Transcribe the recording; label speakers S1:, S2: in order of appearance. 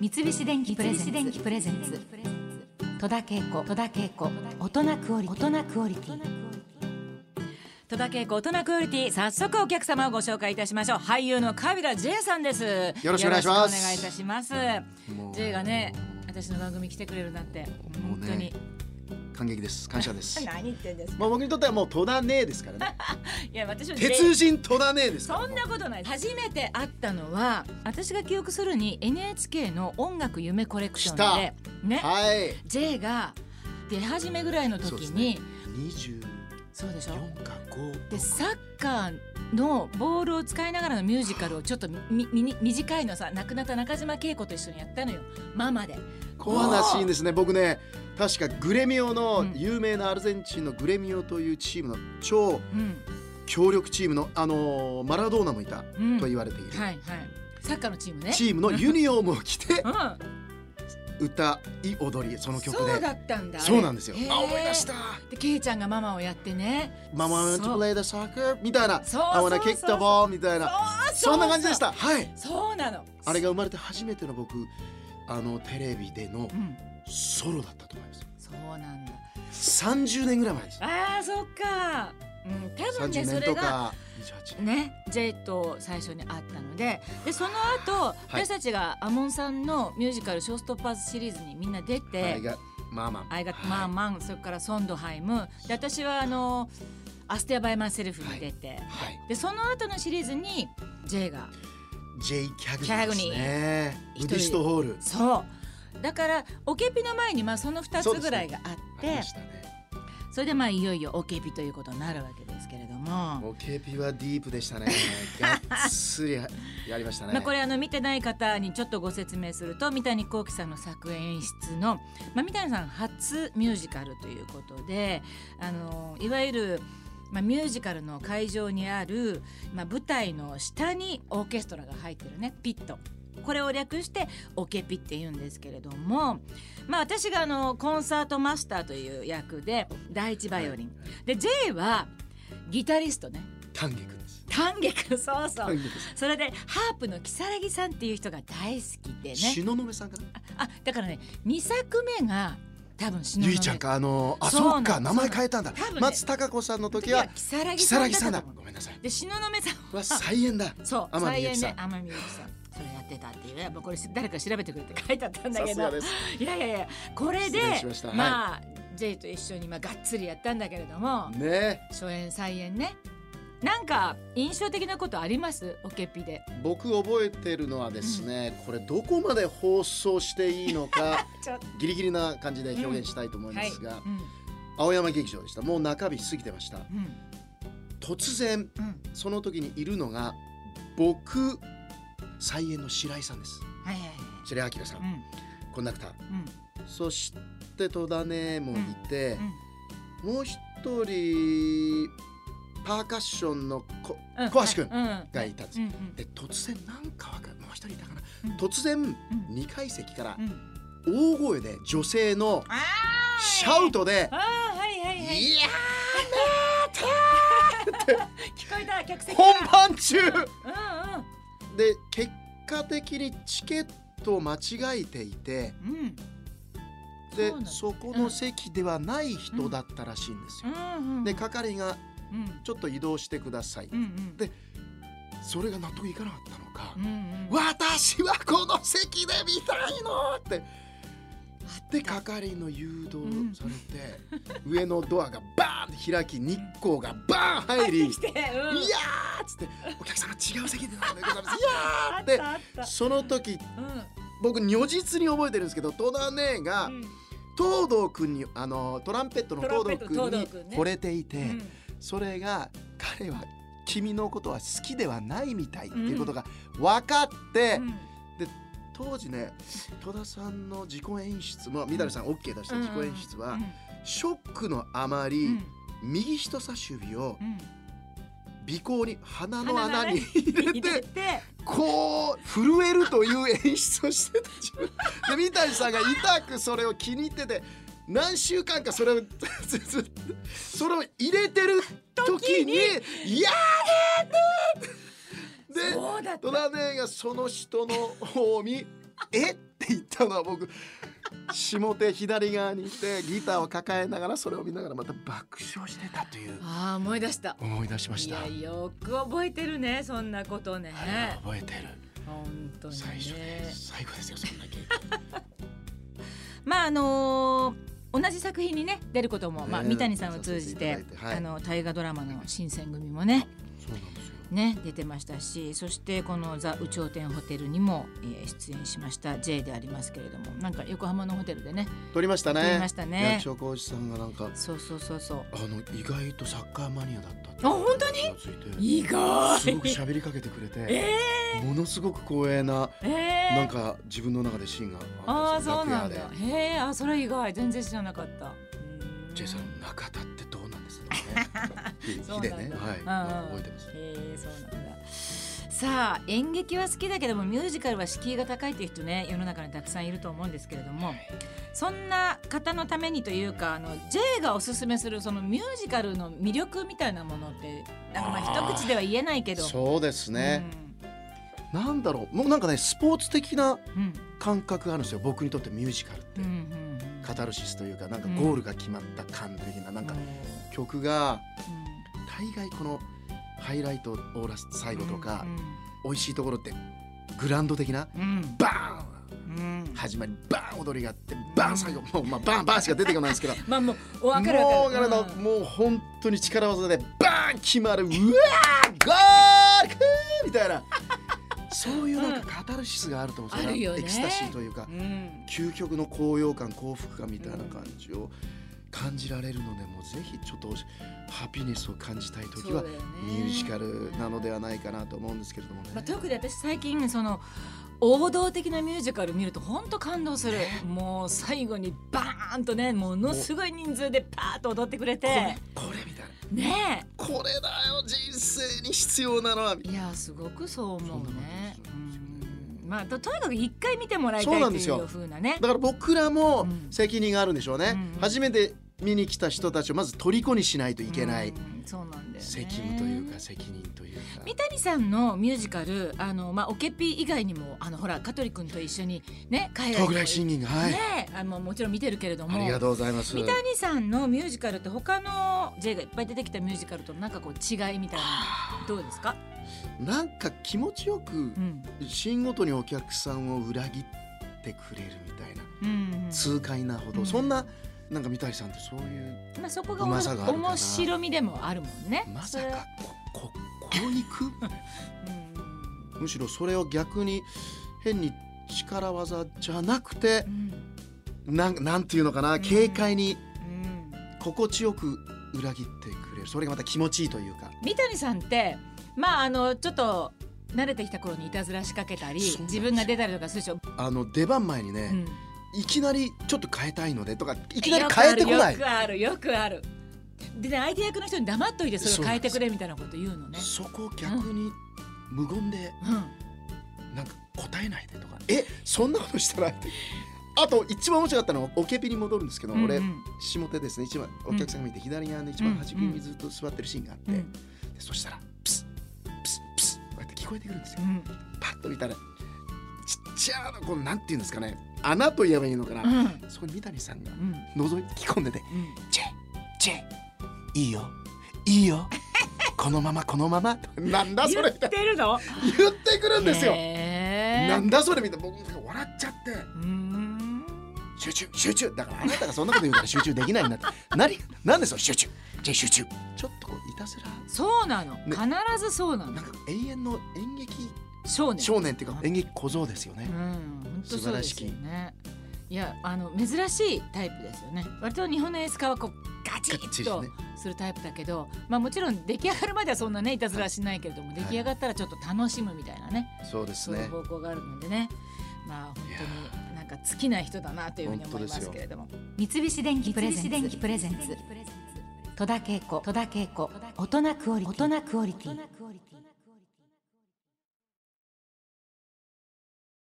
S1: 三菱電機プレゼンツ戸田恵子戸田恵子大人クオリティ大人クオリティ
S2: 戸田恵子大人クオリティ早速お客様をご紹介いたしましょう俳優のカビラ J さんです
S3: よろしくお願いします
S2: よろくお願いいたします
S3: もう
S2: J がね私の番組来てくれるなんて
S3: もう
S2: 本
S3: ね
S2: 当に
S3: 感 激です感謝です
S2: 何言ってんですか
S3: まあ僕にとってはもう戸田ねえですから ね
S2: いや私は J-
S3: 鉄人戸田ねえですから
S2: そんなことない初めて会ったのは私が記憶するに NHK の音楽夢コレクションでね
S3: はい
S2: J が出始めぐらいの時に
S3: 24
S2: そうでしょ
S3: か5
S2: でサッカーのボールを使いながらのミュージカルをちょっとみみに短いのさ亡くなった中島恵子と一緒にやったのよママで
S3: コアなシーンですね僕ね確かグレミオの有名なアルゼンチンのグレミオというチームの超
S2: うん
S3: 強力チームのあのーマラドーナもいた
S2: うん
S3: と言われている、
S2: はいはいサッカーのチームね
S3: チームのユニオームを着て
S2: う
S3: 歌い踊りその
S2: ん、
S3: 曲
S2: そう
S3: で
S2: だったんだあれ
S3: そうなんですよ
S2: へー
S3: あ思い出した
S2: でケイちゃんがママをやってね
S3: ママ want
S2: そ
S3: to
S2: う
S3: play the soccer みたいな
S2: そう
S3: I
S2: そう
S3: wanna
S2: そう
S3: kick the ball みたいな
S2: そうそう
S3: そんな感じでしたはい
S2: そうなの
S3: あれが生まれて初めての僕あのテレビでの
S2: うん
S3: ソロだったと思います
S2: そうなんだ
S3: 30年ぐらい前です
S2: あーそっかうん多分ね
S3: 30
S2: それ
S3: 年と
S2: が
S3: か28年
S2: ね、J と最初に会ったのででその後、
S3: はい
S2: 私たちがアモンさんのミュージカル「ショーストッパーズ」シリーズにみんな出
S3: あれ
S2: て
S3: がまあま
S2: 「
S3: あ
S2: アイガッマンマン」それから「ソンドハイム」で私はあの「アステア・バイ・マン・セルフ」に出て、
S3: はい
S2: でその後のシリーズに J が
S3: J キャグニーですね
S2: キャグニー
S3: ブディストホール
S2: そうだからオケピの前にまあその2つぐらいがあっ
S3: あ
S2: て
S3: り
S2: そ,、
S3: ましたね
S2: れでまあいよいよオケピということになるわけですけれども。
S3: オケピはディープでした ねがっつりやりましたね
S2: まあ、これあの見てない方にちょっとご説明すると三谷幸喜さんの作演出の、まあ、三谷さん初ミュージカルということであのいわゆる、まあ、ミュージカルの会場にある、まあ、舞台の下にオーケストラが入ってるねピット。これを略してオケピって言うんですけれども、まあ、私があのコンサートマスターという役で第一バイオリン、で J はギタリストね
S3: 丹下君です
S2: 丹下君そうそう
S3: 丹下君
S2: それでハープの如月さんっていう人が大好きでね
S3: 東雲さんかな
S2: あだからね2作目が多分篠
S3: ゆ
S2: 宮
S3: いちゃんかあのあ
S2: そうなの
S3: そっか名前変えたんだ
S2: そうなの多分ね
S3: 松たか子さんの時
S2: 時は
S3: は
S2: 如月
S3: 如
S2: さん
S3: 月さんだ
S2: ったと思
S3: ご
S2: う
S3: めんなさい
S2: で篠宮さん
S3: うわ
S2: は
S3: 再演だ
S2: そう
S3: 天海
S2: 再
S3: 祐
S2: 演
S3: 希
S2: で
S3: さん
S2: 天海祐希さんそれやってたっていうねもうこれ誰か調べてくれって書いてあったんだ
S3: さ
S2: け
S3: す
S2: ど
S3: がです
S2: いやいやいやこれで
S3: 失礼しましたはい
S2: まあ、J と一緒にまあがっつりやったんだけれども、
S3: ね
S2: 初演再演ねなんか印象的なことありますオケピで
S3: 僕覚えてるのはですね、これどこまで放送していいのか
S2: ちょっと
S3: ギリギリな感じで表現したいと思いますが、
S2: うん
S3: 青山劇場でしたもう中日過ぎてました
S2: うん
S3: 突然
S2: うん
S3: その時にいるのが僕再演の白井さんです
S2: はいはいはい
S3: 白井明さん、
S2: うん
S3: コンダクター
S2: うん
S3: そして戸田ねもいて
S2: う、ん
S3: もう一人パーカッションのこ
S2: うん
S3: 小橋君
S2: うんうん
S3: がいたんです、
S2: うんうん
S3: で突然なんかわかるもう一人いたかな、
S2: うん
S3: 突然
S2: うん
S3: 2階席から
S2: うん
S3: 大声で女性の
S2: あー
S3: シャウトで
S2: あーはいは
S3: 「
S2: いはい
S3: いや
S2: 聞こえた客
S3: ー
S2: 席か
S3: 本
S2: ら
S3: 番中!
S2: う」
S3: で結果的にチケットを間違えていて
S2: んうんうん
S3: で
S2: そうな
S3: そ
S2: の
S3: この席ではない人だったらしいんです
S2: う
S3: よ。
S2: んうん
S3: で係が
S2: うん
S3: ちょっと移動してください
S2: うんうん
S3: でそれが納得いかなかったのか
S2: うんうん
S3: 「私はこの席で見たいの!」ってで係の誘
S2: ん
S3: 導されて、上のドアがバーンって開き日光がバーン入り
S2: 来てうん
S3: いやーっつってお客さんが違う席でなんでござい ます。い
S2: あ
S3: やー
S2: っ
S3: って
S2: たあった
S3: その時
S2: う
S3: 僕如実に覚えてるんですけど戸田姉が
S2: ん
S3: 東堂君にあのトランペットの東堂
S2: ト
S3: 君
S2: ラン
S3: に
S2: ペット東堂君ね
S3: 惚れていて、
S2: うん
S3: それが彼は君のことは好きではないみたいっていうことが分かって、
S2: うん
S3: 当時ね戸田さんの自己演出まあみだりさん OK 出した自己演出は、
S2: うん
S3: ショックのあまり、
S2: うん
S3: 右人差し指を
S2: うん
S3: 鼻孔に鼻の
S2: 鼻の
S3: 穴
S2: 穴に
S3: に入れ
S2: 入
S3: て
S2: れて
S3: こう震えるという演出をしてた自分で三谷さんが痛くそれを気に入ってて何週間かそれを ずっとそれを入れてる時に「いやーねーねーで
S2: そうだった
S3: 戸田姉がその人の方を見「えっ?」 って言ったのは僕下手左側にいてギターを抱えながらそれを見ながらまた爆笑してたという
S2: ああ思い出した
S3: 思い出しまし
S2: い
S3: た。
S2: やよく覚えてるねそんなことね
S3: はい覚えてる
S2: 本当にね
S3: 最初で最後ですよそんな経験
S2: まああのー同じ作品にね出ることも、まあ、
S3: ね
S2: 三谷さんを通じて
S3: させていただいてはい
S2: あの大河ドラマの新選組もね
S3: そうなんですよ
S2: ね出てましたしそしてこの「ザ・有頂天ホテル」にも、えー出演しました J でありますけれどもなんか横浜のホテルでね
S3: 撮りましたね
S2: 撮りましたね
S3: 役所広司さんがなんか
S2: そうそうそうそう
S3: あの意外とサッカーマニアだったって
S2: あ本当に
S3: 気がついて
S2: 意外
S3: すごく喋りかけてくれて、
S2: え
S3: ものすごく光栄な
S2: ー、えー、
S3: なんか自分の中でシーンが
S2: あ
S3: あ
S2: あ
S3: ったんですよ
S2: そうなん
S3: 楽
S2: だ
S3: 屋で
S2: へえあそれ以外全然知らなかったうん
S3: J さん中田ってどうなんです かねひ
S2: そうな
S3: ひ
S2: ん
S3: で
S2: だ
S3: ねはい、
S2: うんうん
S3: 覚えてます
S2: へえそうなんださあ演劇は好きだけどもミュージカルは敷居が高いっていう人ね世の中にたくさんいると思うんですけれどもそんな方のためにというかあの J がおすすめするそのミュージカルの魅力みたいなものってなんかまあ
S3: あー
S2: 一口では言えないけど
S3: そうですね、なんだろうもうなんかねスポーツ的な
S2: うんうん
S3: 感覚があるんですよ僕にとってミュージカルっ
S2: う
S3: て、
S2: んうんうん
S3: カタルシスというかなんかゴールが決まった感的な、なんか曲が
S2: う
S3: 大概このハイライトオーラス最
S2: ん
S3: 後とか、
S2: う
S3: 美味しいところってグランド的なん
S2: うん
S3: バーン
S2: うん
S3: 始まりバーン踊りがあってバーン最後もう、まあ、バーンバーンしか出てこないんですけど
S2: まあもうお分かる
S3: もう
S2: わか
S3: あ
S2: る
S3: れだ
S2: うん
S3: もう本当に力技でバーン決まるうわーゴールくーみたいなそういうなんかカタルシスがあると思うんです
S2: あるよね
S3: エクスタシーというか、
S2: うん
S3: 究極の高揚感幸福感みたいな感じを感じられるので、もうぜひちょっとハピネスを感じたい時
S2: そ
S3: は
S2: うだよね
S3: ミュージカルなのではないかなと思うんですけれどもね。
S2: まあ、特に私最近その王道的なミュージカル見ると本当感動する、もう最後にバーンとねものすごい人数でパーッと踊ってくれ
S3: これ
S2: て
S3: これみたいな
S2: ね
S3: これだよ人生に必要なのはみ
S2: えいやすごくそう思うね
S3: そうなんですよ
S2: うんまあととにかく一回見てもらいたい
S3: そ
S2: と
S3: うなんです
S2: い
S3: よ
S2: うふうなね
S3: だから僕らも
S2: うん
S3: 責任があるんでしょうね、
S2: うん
S3: 初めて見に来た人たちをまず虜にしないといけない
S2: うんそうなんだよね
S3: 責務というか責任というか
S2: 三谷さんのミュージカルあの、まあ、オケピ以外にもあのほら香取君と一緒にね海外に
S3: 東ぐ
S2: も
S3: らい審議がはい、
S2: ねえあのもちろん見てるけれども
S3: ありがとうございます
S2: 三谷さんのミュージカルって他の J がいっぱい出てきたミュージカルとなんかこう違いみたいなどうですか？
S3: なんか気持ちよく
S2: うん
S3: シーンごとにお客さんを裏切ってくれるみたいな、
S2: うん
S3: 痛快なほど、
S2: うん
S3: そんななんか三谷さんってそういう
S2: まあそこが
S3: うまさがあるかな
S2: 面白みでもあるもんね。
S3: ま
S2: そ
S3: さ
S2: れ
S3: かこここういく
S2: うん
S3: むしろそれを逆に変に力技じゃなくて
S2: うん
S3: なんなんていうのかな、
S2: うん
S3: 軽快に
S2: うん
S3: 心地よく裏切ってくれるそれがまた気持ちいいというか
S2: 三谷さんってまああのちょっと慣れてきた頃にいたずら仕掛けたり
S3: そうなんです
S2: 自
S3: よ
S2: 分が出たりとかするでしょ。
S3: あの出番前に
S2: う
S3: ね、
S2: ん
S3: いきなりちょっと変えたいのでとかいきなり変えてこない
S2: よくあるよくある。よくあるでね相手役の人に黙っといてそれを変えてくれみたいなこと言うのね。
S3: そこを逆に無言で、
S2: うん
S3: なんか答えないでとかえそんなことしたらってあと一番面白かったのはオケピに戻るんですけど、
S2: う
S3: 俺
S2: ん
S3: 下手ですね一番お客さんが見て左側の一番端っこにずっと座ってるシーンがあって、
S2: うんう
S3: で
S2: ん
S3: そしたらプスプスプスこうやって聞こえてくるんですよ
S2: うん
S3: パッと見たらちっちゃなこのなんていうんですかね穴と言えばいいのかな、
S2: うん
S3: そこに三谷さんが
S2: うん
S3: 覗き込んでて
S2: うん
S3: 「チェチェいいよい いよこのままこのまま」なんだそれみた
S2: 言
S3: いな
S2: ってるの
S3: 言ってくるんですよ。
S2: へー
S3: なんだそれみたいな僕が笑っちゃって
S2: うーん
S3: 集中集中だからあなたがそんなこと言うから集中できないんだって 何何ですよ集中じゃあ集中ちょっとこういたずら
S2: そうなの、必ずそうなの
S3: なんか永遠の演劇
S2: 少年
S3: 少年っていうか
S2: うん
S3: 演劇小僧ですよ
S2: うん
S3: ね、
S2: 本当そうですよねいやあの珍しいタイプですよね割と日本の演出家はこうガチ
S3: ガチ
S2: ッ
S3: です
S2: と
S3: ね
S2: するタイプだけど、まあもちろん出来上がるまではそんなねいたずらはしないけれども、
S3: い
S2: 出来上がったらちょっと楽しむみたいなね、
S3: そうで
S2: そういう方向があるのでねまあ本当になんか尽きない人だなというふうに思いますけれども
S1: 三菱電機プレゼンツ
S4: 三菱電機プレゼンツ
S1: 戸田恵子戸田恵子大人クオリティ大人クオリティ